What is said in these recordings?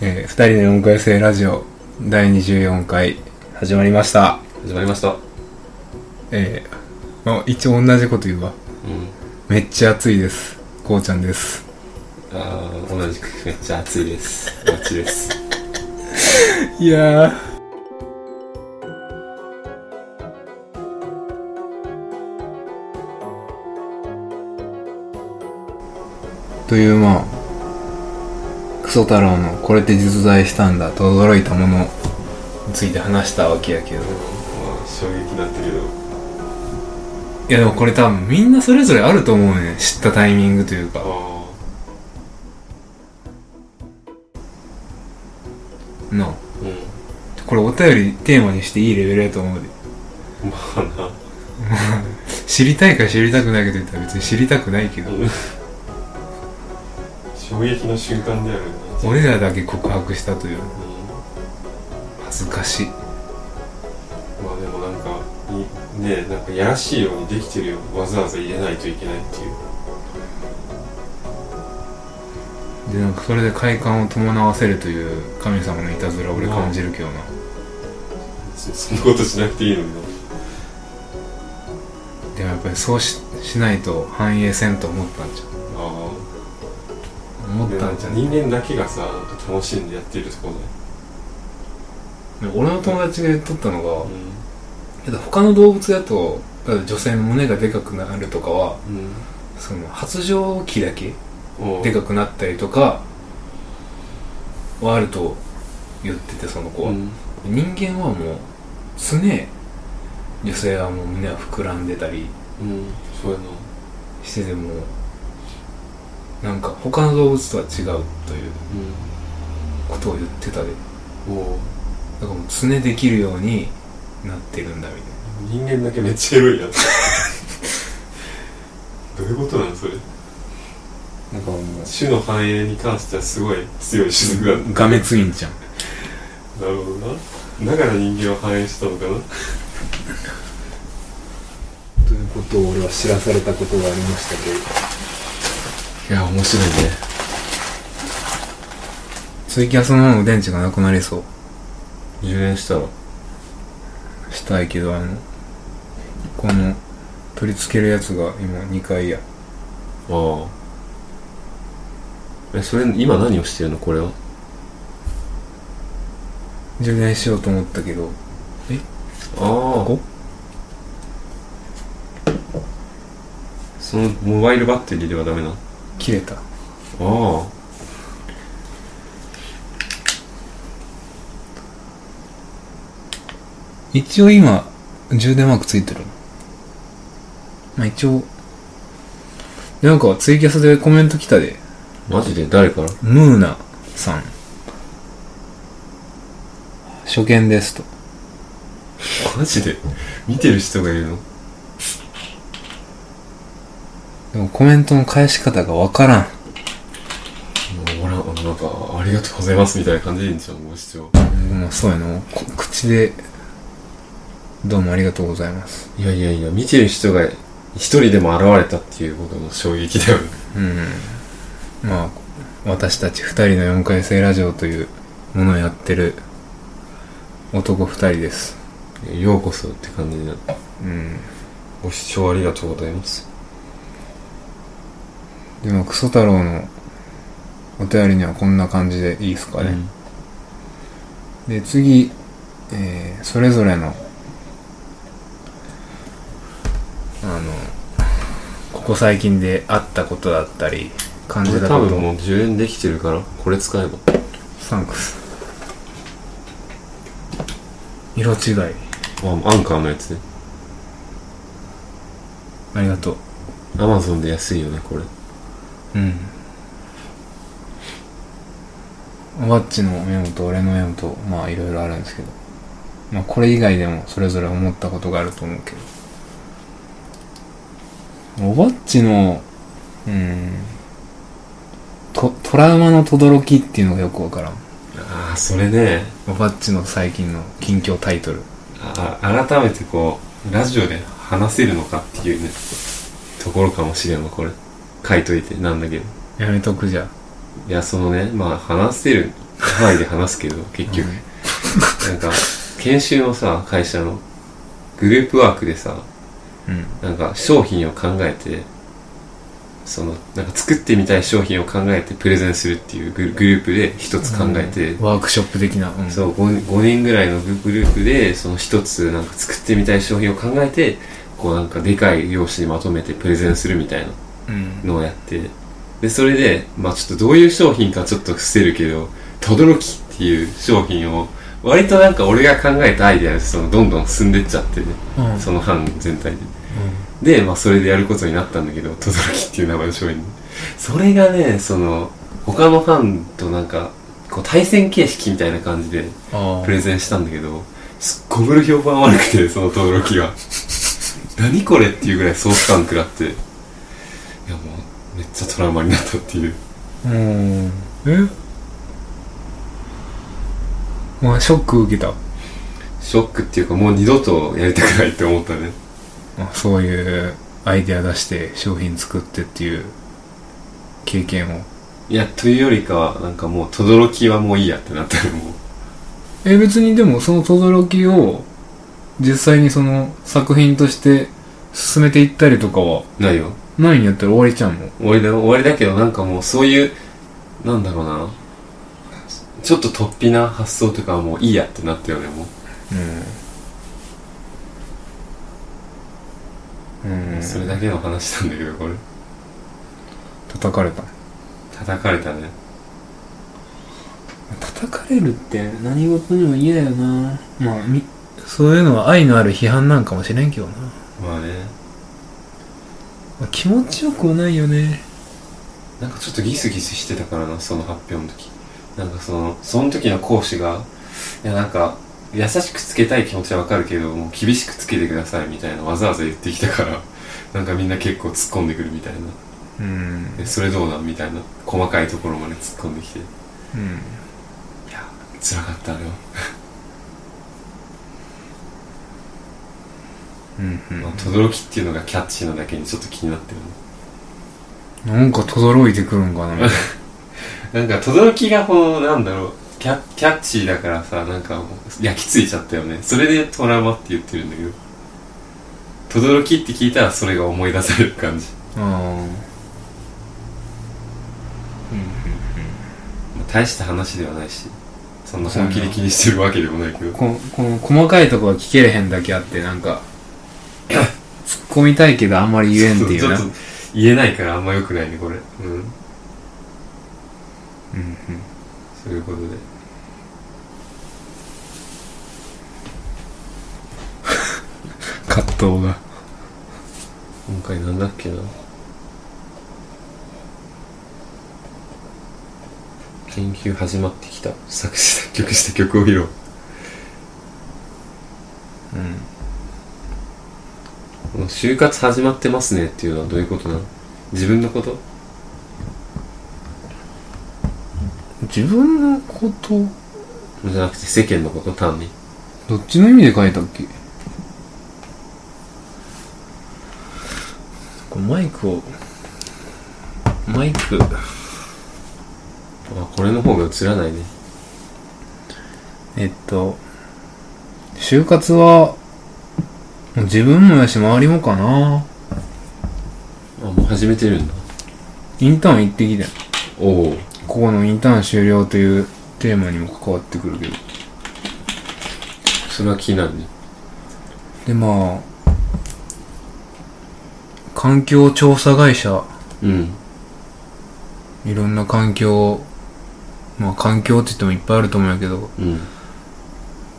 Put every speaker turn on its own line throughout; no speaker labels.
えー、二人の4回生ラジオ第24回始まりました。
始まりましたうん
えー、まあ、一応同じこと言うわ。めっちゃ暑いです。こうちゃんです。
あー同じくめっちゃ暑いですマッチです
いやー。というまあクソ太郎のこれって実在したんだと驚いたものについて話したわけやけど
まあ衝撃だったけど
いやでもこれ多分みんなそれぞれあると思うね知ったタイミングというか
あ
なあ
あうん
これお便りテーマにしていいレベルやと思うで
まあ
知りたいか知りたくないかと言ったら別に知りたくないけ
な
ど
うん衝撃の瞬間であるね
俺らだけ告白したという
うん
恥ずかしい
まあでもなんかいねなんかやらしいようにできてるよわざわざ入れないといけないっていう
でなんかそれで快感を伴わせるという神様のいたずら俺感じるけどな
そそんなことしなくていいのにな
でもやっぱりそうししないと反映せんと思ったんじ
あ
ゃん思
あ
っ
で
た
なん
んじ
か
ゃん
人間だけがさなんか楽しんでやってるとこだ
で俺の友達が言っとったのが
よ
けど他の動物だとだって女性の胸がでかくなるとかは
うん
その発情期だけ
うん
でかくなったりとかはあると言っててその子は、
うん
人間はもう常女性はもう胸は膨らんでたり
うんそうやな
しててもなんか他の動物とは違うということを言ってたでだ
うんもう
からもう常できるようになってるんだみたい
人間だけめっちゃエロいやつ どういうことなのそれ
ななんかもう
種の繁栄に関してはすごい強い種族なんだ
がめついんじゃん
なるほどなだから人間は繁栄したのかな
ということを俺は知らされたことがありましたけどいや面白いねツイキャスの方の電池がなくなりそう
充電したら
したいけどあのこの取り付けるやつが今2階や
ああえそれ今何をしてるのこれは
充電しようと思ったけど
あ
こ
そのモバイルバッテリーではダメなあ
切れた
あ
一応今充電マークついてるのまあ一応なんかツイキャスでコメント来たで
マジで誰から
ムーナさん初見ですと
マジで見てる人がいるの
でもコメントの返し方がわからん
もう俺はなんか、ありがとうございますみたいな感じでいいんじゃん、もう視聴。
まあそうやなこ口でどうもありがとうございます
いやいやいや、見てる人が一人でも現れたっていうことの衝撃だよね。
うんまあ私たち2人の4回生ラジオというものをやってる男2人です
ようこそって感じになった。
うん
ご視聴ありがとうございます。
でもクソ太郎のお便りにはこんな感じでいいですかね、で次、えーそれぞれのあのここ最近であったことだったり感
こ
じ
れ
た
多
こ
分
と
もう充電できてるから、これ使えば。
サンクス色違い
あ、アンカーのやつね。
ありがとう
アマゾンで安いよね、これ。
うんおばっちのメモと俺のメモとまあいろいろあるんですけどまあこれ以外でもそれぞれ思ったことがあると思うけどおばっちのうんトトラウマの轟きっていうのがよくわからん
ああ、それね。
おばっちの最近の近況タイトル
あ改めてこう、ラジオで話せるのかっていうね、ところかもしれんわ、これ。書いといて、なんだけど。
やめとくじゃ
いや、そのね、まあ、話せる範囲で話すけど、結局。なんか、研修のさ、会社のグループワークでさ、
うん。
なんか商品を考えて、その、なんか作ってみたい商品を考えてプレゼンするっていうグルグループで一つ考えて、
ワークショップ的な。うん
そう 5, 5人ぐらいのグループでその一つなんか作ってみたい商品を考えてこうなんかでかい用紙にまとめてプレゼンするみたいな
うん。
のをやってでそれでまあちょっとどういう商品かちょっと伏せるけど「轟き」っていう商品を割となんか俺が考えたアイデアでそのどんどん進んでっちゃってね
うん。
その班全体
う
で
ん
で、まあ、それでやることになったんだけど、轟っていう名前の商品。それがね、その、他のファンとなんか、こう対戦形式みたいな感じで
ああ
プレゼンしたんだけど、すっごく評判悪くて、その轟が。何これっていうぐらい総ス感食らって、いやもう、めっちゃトラウマになったっていう。
うん。えお前ショック受けた
ショックっていうか、もう二度とやりたくないって思ったね。
あそういうアイデア出して商品作ってっていう経験を。
いや、というよりかは、なんかもう、轟はもういいやってなったね、もう。
え、別にでもその轟を実際にその作品として進めていったりとかは
ないよ。
ないんやったら終わりちゃうもん。
終わりだ終わりだけどなんかもうそういうなんだろうなちょっと突飛な発想とかはもういいやってなったよねも
うん。
う、
うん。
それだけの話なんだけどこれ
叩かれた。
叩かれたね
叩かれるって何事にも嫌やよな。まあ、みそういうのは愛のある批判なんかもしれんけどな。
まあね
まあ気持ちよくはないよね。
なんかちょっとギスギスしてたからなその発表の時なんかそのその時の講師がいやなんか優しくつけたい気持ちはわかるけどもう厳しくつけてくださいみたいなわざわざ言ってきたからなんかみんな結構突っ込んでくるみたいな
うん。
えそれどうなんみたいな細かいところまで突っ込んできて
うん。
辛かったあれは
うん、うん
まあ、轟きっていうのがキャッチーなだけにちょっと気になってるね
なんかとどろいてくるんかな。
なんか轟きがこのなんだろうキャキャッチーだからさなんかもう焼き付いちゃったよねそれでトラウマって言ってるんだけど轟きって聞いたらそれが思い出される感じ、
あ
まあ大した話ではないしそんな本気で気にしてるわけでもないけど
あ。ここの細かいとこは聞けれへんだけあって、なん か、突っ込みたいけどあんまり言えんっていうな。
ちょっと言えないからあんま良くないねこれうん
うんうん
そういうことで
葛藤が。
今回なんだっけな研究始まってきた作詞作曲した曲を披露
うん。
この就活始まってますねっていうのはどういうことなの自分のこと
自分のこと、
じゃなくて世間のこと単に
どっちの意味で書いたっけこれマイクを、マイク、
あこれの方が映らないね
えっと、就活は、もう自分もやし周りもかな。
あもう始めてるんだ
インターン行ってきたよ
おお
ここのインターン終了というテーマにも関わってくるけど。
それは気になるね
で、まあ、環境調査会社、
うん
いろんな環境、まあ環境って言ってもいっぱいあると思うんやけど、
うん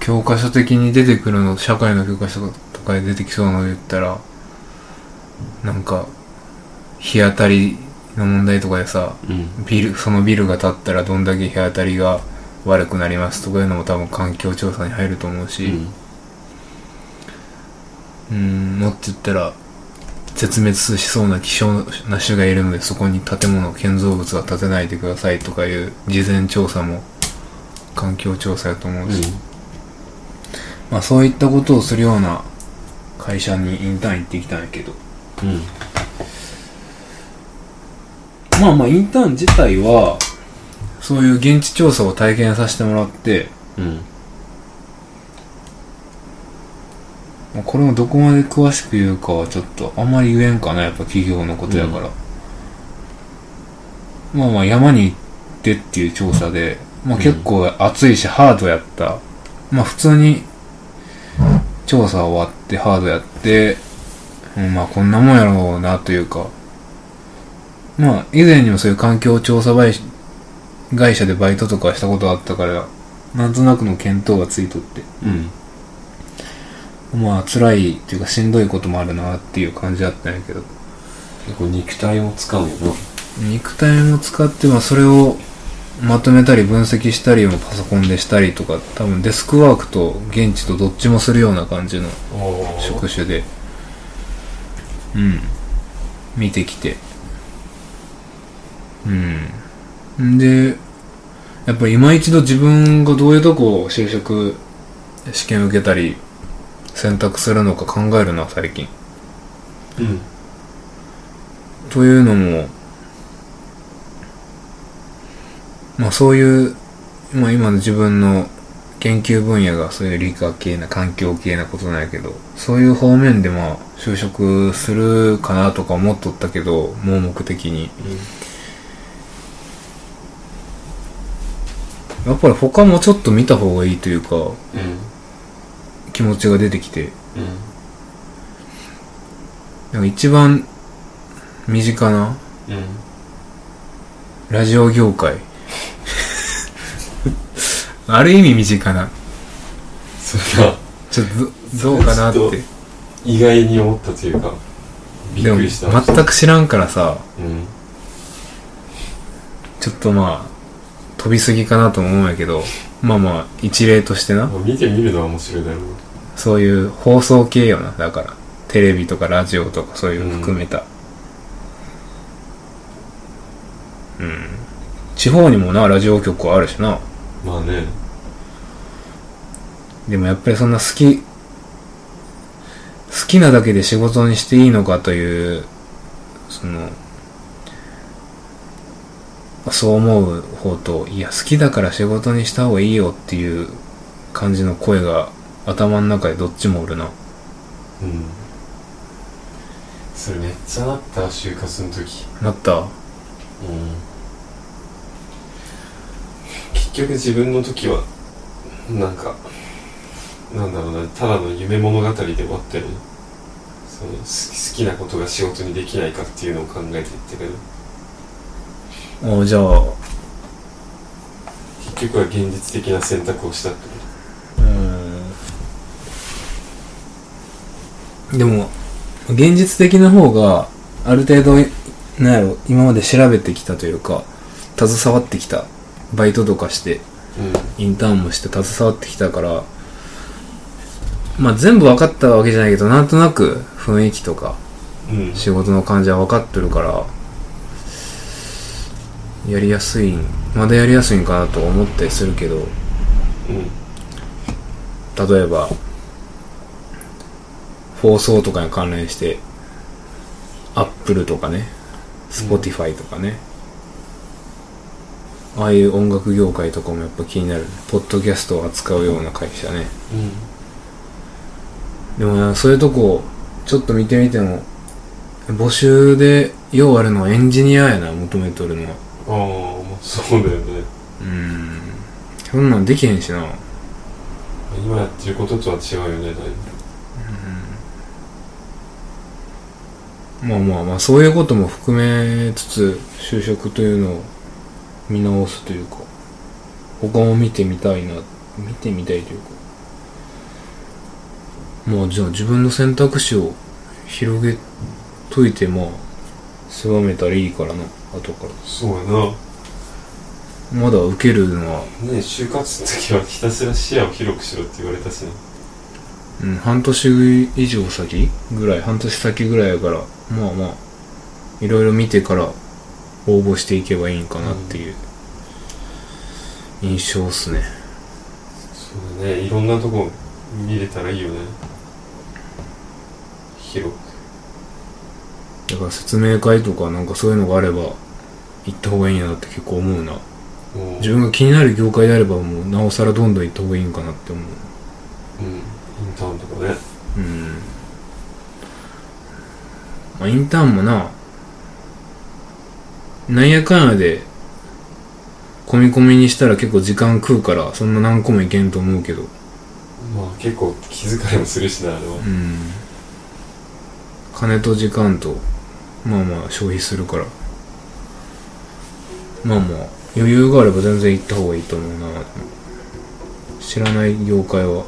教科書的に出てくるの、社会の教科書とかで出てきそうなので言ったら、なんか、日当たりの問題とかでさ、
うん
ビル、そのビルが建ったらどんだけ日当たりが悪くなりますとかいうのも多分環境調査に入ると思う
う
し、
ん
うん、もっと言ったら、絶滅しそうな希少な種がいるので、そこに建物、建造物は建てないでくださいとかいう事前調査も、環境調査やと思うし、まあそういったことをするような会社にインターン行ってきたんやけど、
うんうん
まあまあインターン自体は、そういう現地調査を体験させてもらって、
うん。
まあこれもどこまで詳しく言うかはちょっとあんまり言えんかなやっぱ企業のことやから、まあまあ山に行ってっていう調査で、まあ、
うん
結構暑いしハードやった、まあ普通に調査終わってハードやって、うん、まあこんなもんやろうなというかまあ以前にもそういう環境調査会社会社でバイトとかしたことあったからなんとなくの見当がついとって
うん。
まあ辛いっていうかしんどいこともあるなっていう感じだったんやけど
結構肉体を使うよな。
肉体も使ってまあそれをまとめたり分析したりもパソコンでしたりとか多分デスクワークと現地とどっちもするような感じの
お
職種でうん見てきてうんんでやっぱ今一度自分がどういうとこを就職試験受けたり選択するのか考えるな最近
うん。
というのも、まあそういう、まあ今の自分の研究分野がそういう理科系な環境系なことなんやけど、そういう方面でまあ就職するかなとか思っとったけど、盲目的に。やっぱり他もちょっと見た方がいいというか、
うん。
気持ちが出てきて、
うん。
なんか一番身近な
うん。
ラジオ業界。 ある意味身近な。
それが
ちょっとどどうかなっ
ちょっと
て。
意外に思ったというか、びっくりした。
でも全く知らんからさ
うん。
ちょっとまあ飛びすぎかなとも思うんやけどまあまあ一例としてな
まあ見てみるのは面白いだろうな。
そういう放送系よなだからテレビとかラジオとかそういうの含めたうん、地方にもなラジオ局はあるしな
まあね。
でもやっぱりそんな好き好きなだけで仕事にしていいのかというそのそう思う方といや好きだから仕事にした方がいいよっていう感じの声が頭の中でどっちもおるな
うん。それめっちゃなった、就活の時。
なった
うん結局自分の時はなんかなんだろうなただの夢物語で終わってるその好き好きなことが仕事にできないかっていうのを考えていってる
おじゃあ
結局は現実的な選択をしたってこ
うんでも現実的な方がある程度なんやろ今まで調べてきたというか携わってきたバイトとかして
とうん
インターンもして携わってきたからまあ全部分かったわけじゃないけどなんとなく雰囲気とか
うん
仕事の感じは分かってるからやりやすいんまだやりやすいんかなと思ったりするけど例えば放送とかに関連してアップルとかね Spotify とかね、ああいう音楽業界とかもやっぱ気になるねポッドキャストを扱うような会社ね
うん
でもなそういうとこちょっと見てみても募集でようあるのはエンジニアやな求めとるのは
ああまあそうだよね
うんそんなんできへんしな
今やってることとは違うよねだいぶ
まあまあまあそういうことも含めつつ就職というのを見直すというか他も見てみたいな見てみたいというかまあじゃあ自分の選択肢を広げといてまあ狭めたらいいからな後から
そうやな
まだ受けるのは、
ね就活の時はひたすら視野を広くしろって言われたしね
うん、半年以上先ぐらい半年先ぐらいやからまあまあいろいろ見てから応募していけばいいんかなっていう印象っすね
そうだねいろんなとこ見れたらいいよね広く
だから説明会とかなんかそういうのがあれば行った方がいいなって結構思うな
うん
自分が気になる業界であればもうなおさらどんどん行った方がいいんかなって思う
うんインターンとかね
うんまあインターンもななんやかんやで込み込みにしたら結構時間食うからそんな何個もいけんと思うけど
まあ結構気遣いもするしなあれは
うん金と時間とまあまあ消費するからまあまあ余裕があれば全然行った方がいいと思うな知らない業界は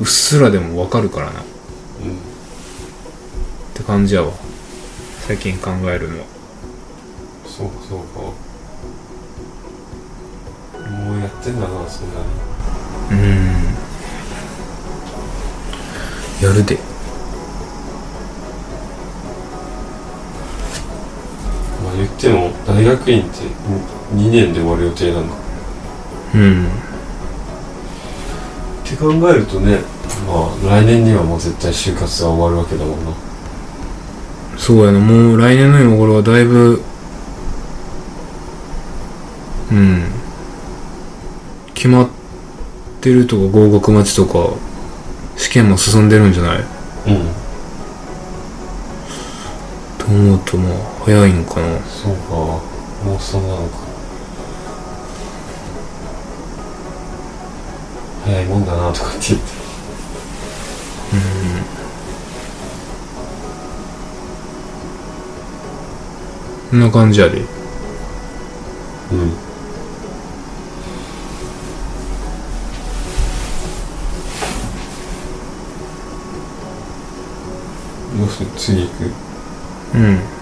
うっすらでもわかるからなっ
うん
て感じやわ最近考えるのは
そうかそうかもうやってんだなそんなに
うんやるで
まあ言っても大学院って2年で終わる予定なんだ
うん
って考えるとねまあ来年にはもう絶対就活は終わるわけだもんな
そうやな、もう来年の今頃はだいぶ、うん、決まってるとか合格待ちとか、試験も進んでるんじゃない
うん
と思うと、まあ、早いのかな。
そうかもうそんなのか早いもんだなとかって言って
こんな感じやで。
うんどうする次行く
うん。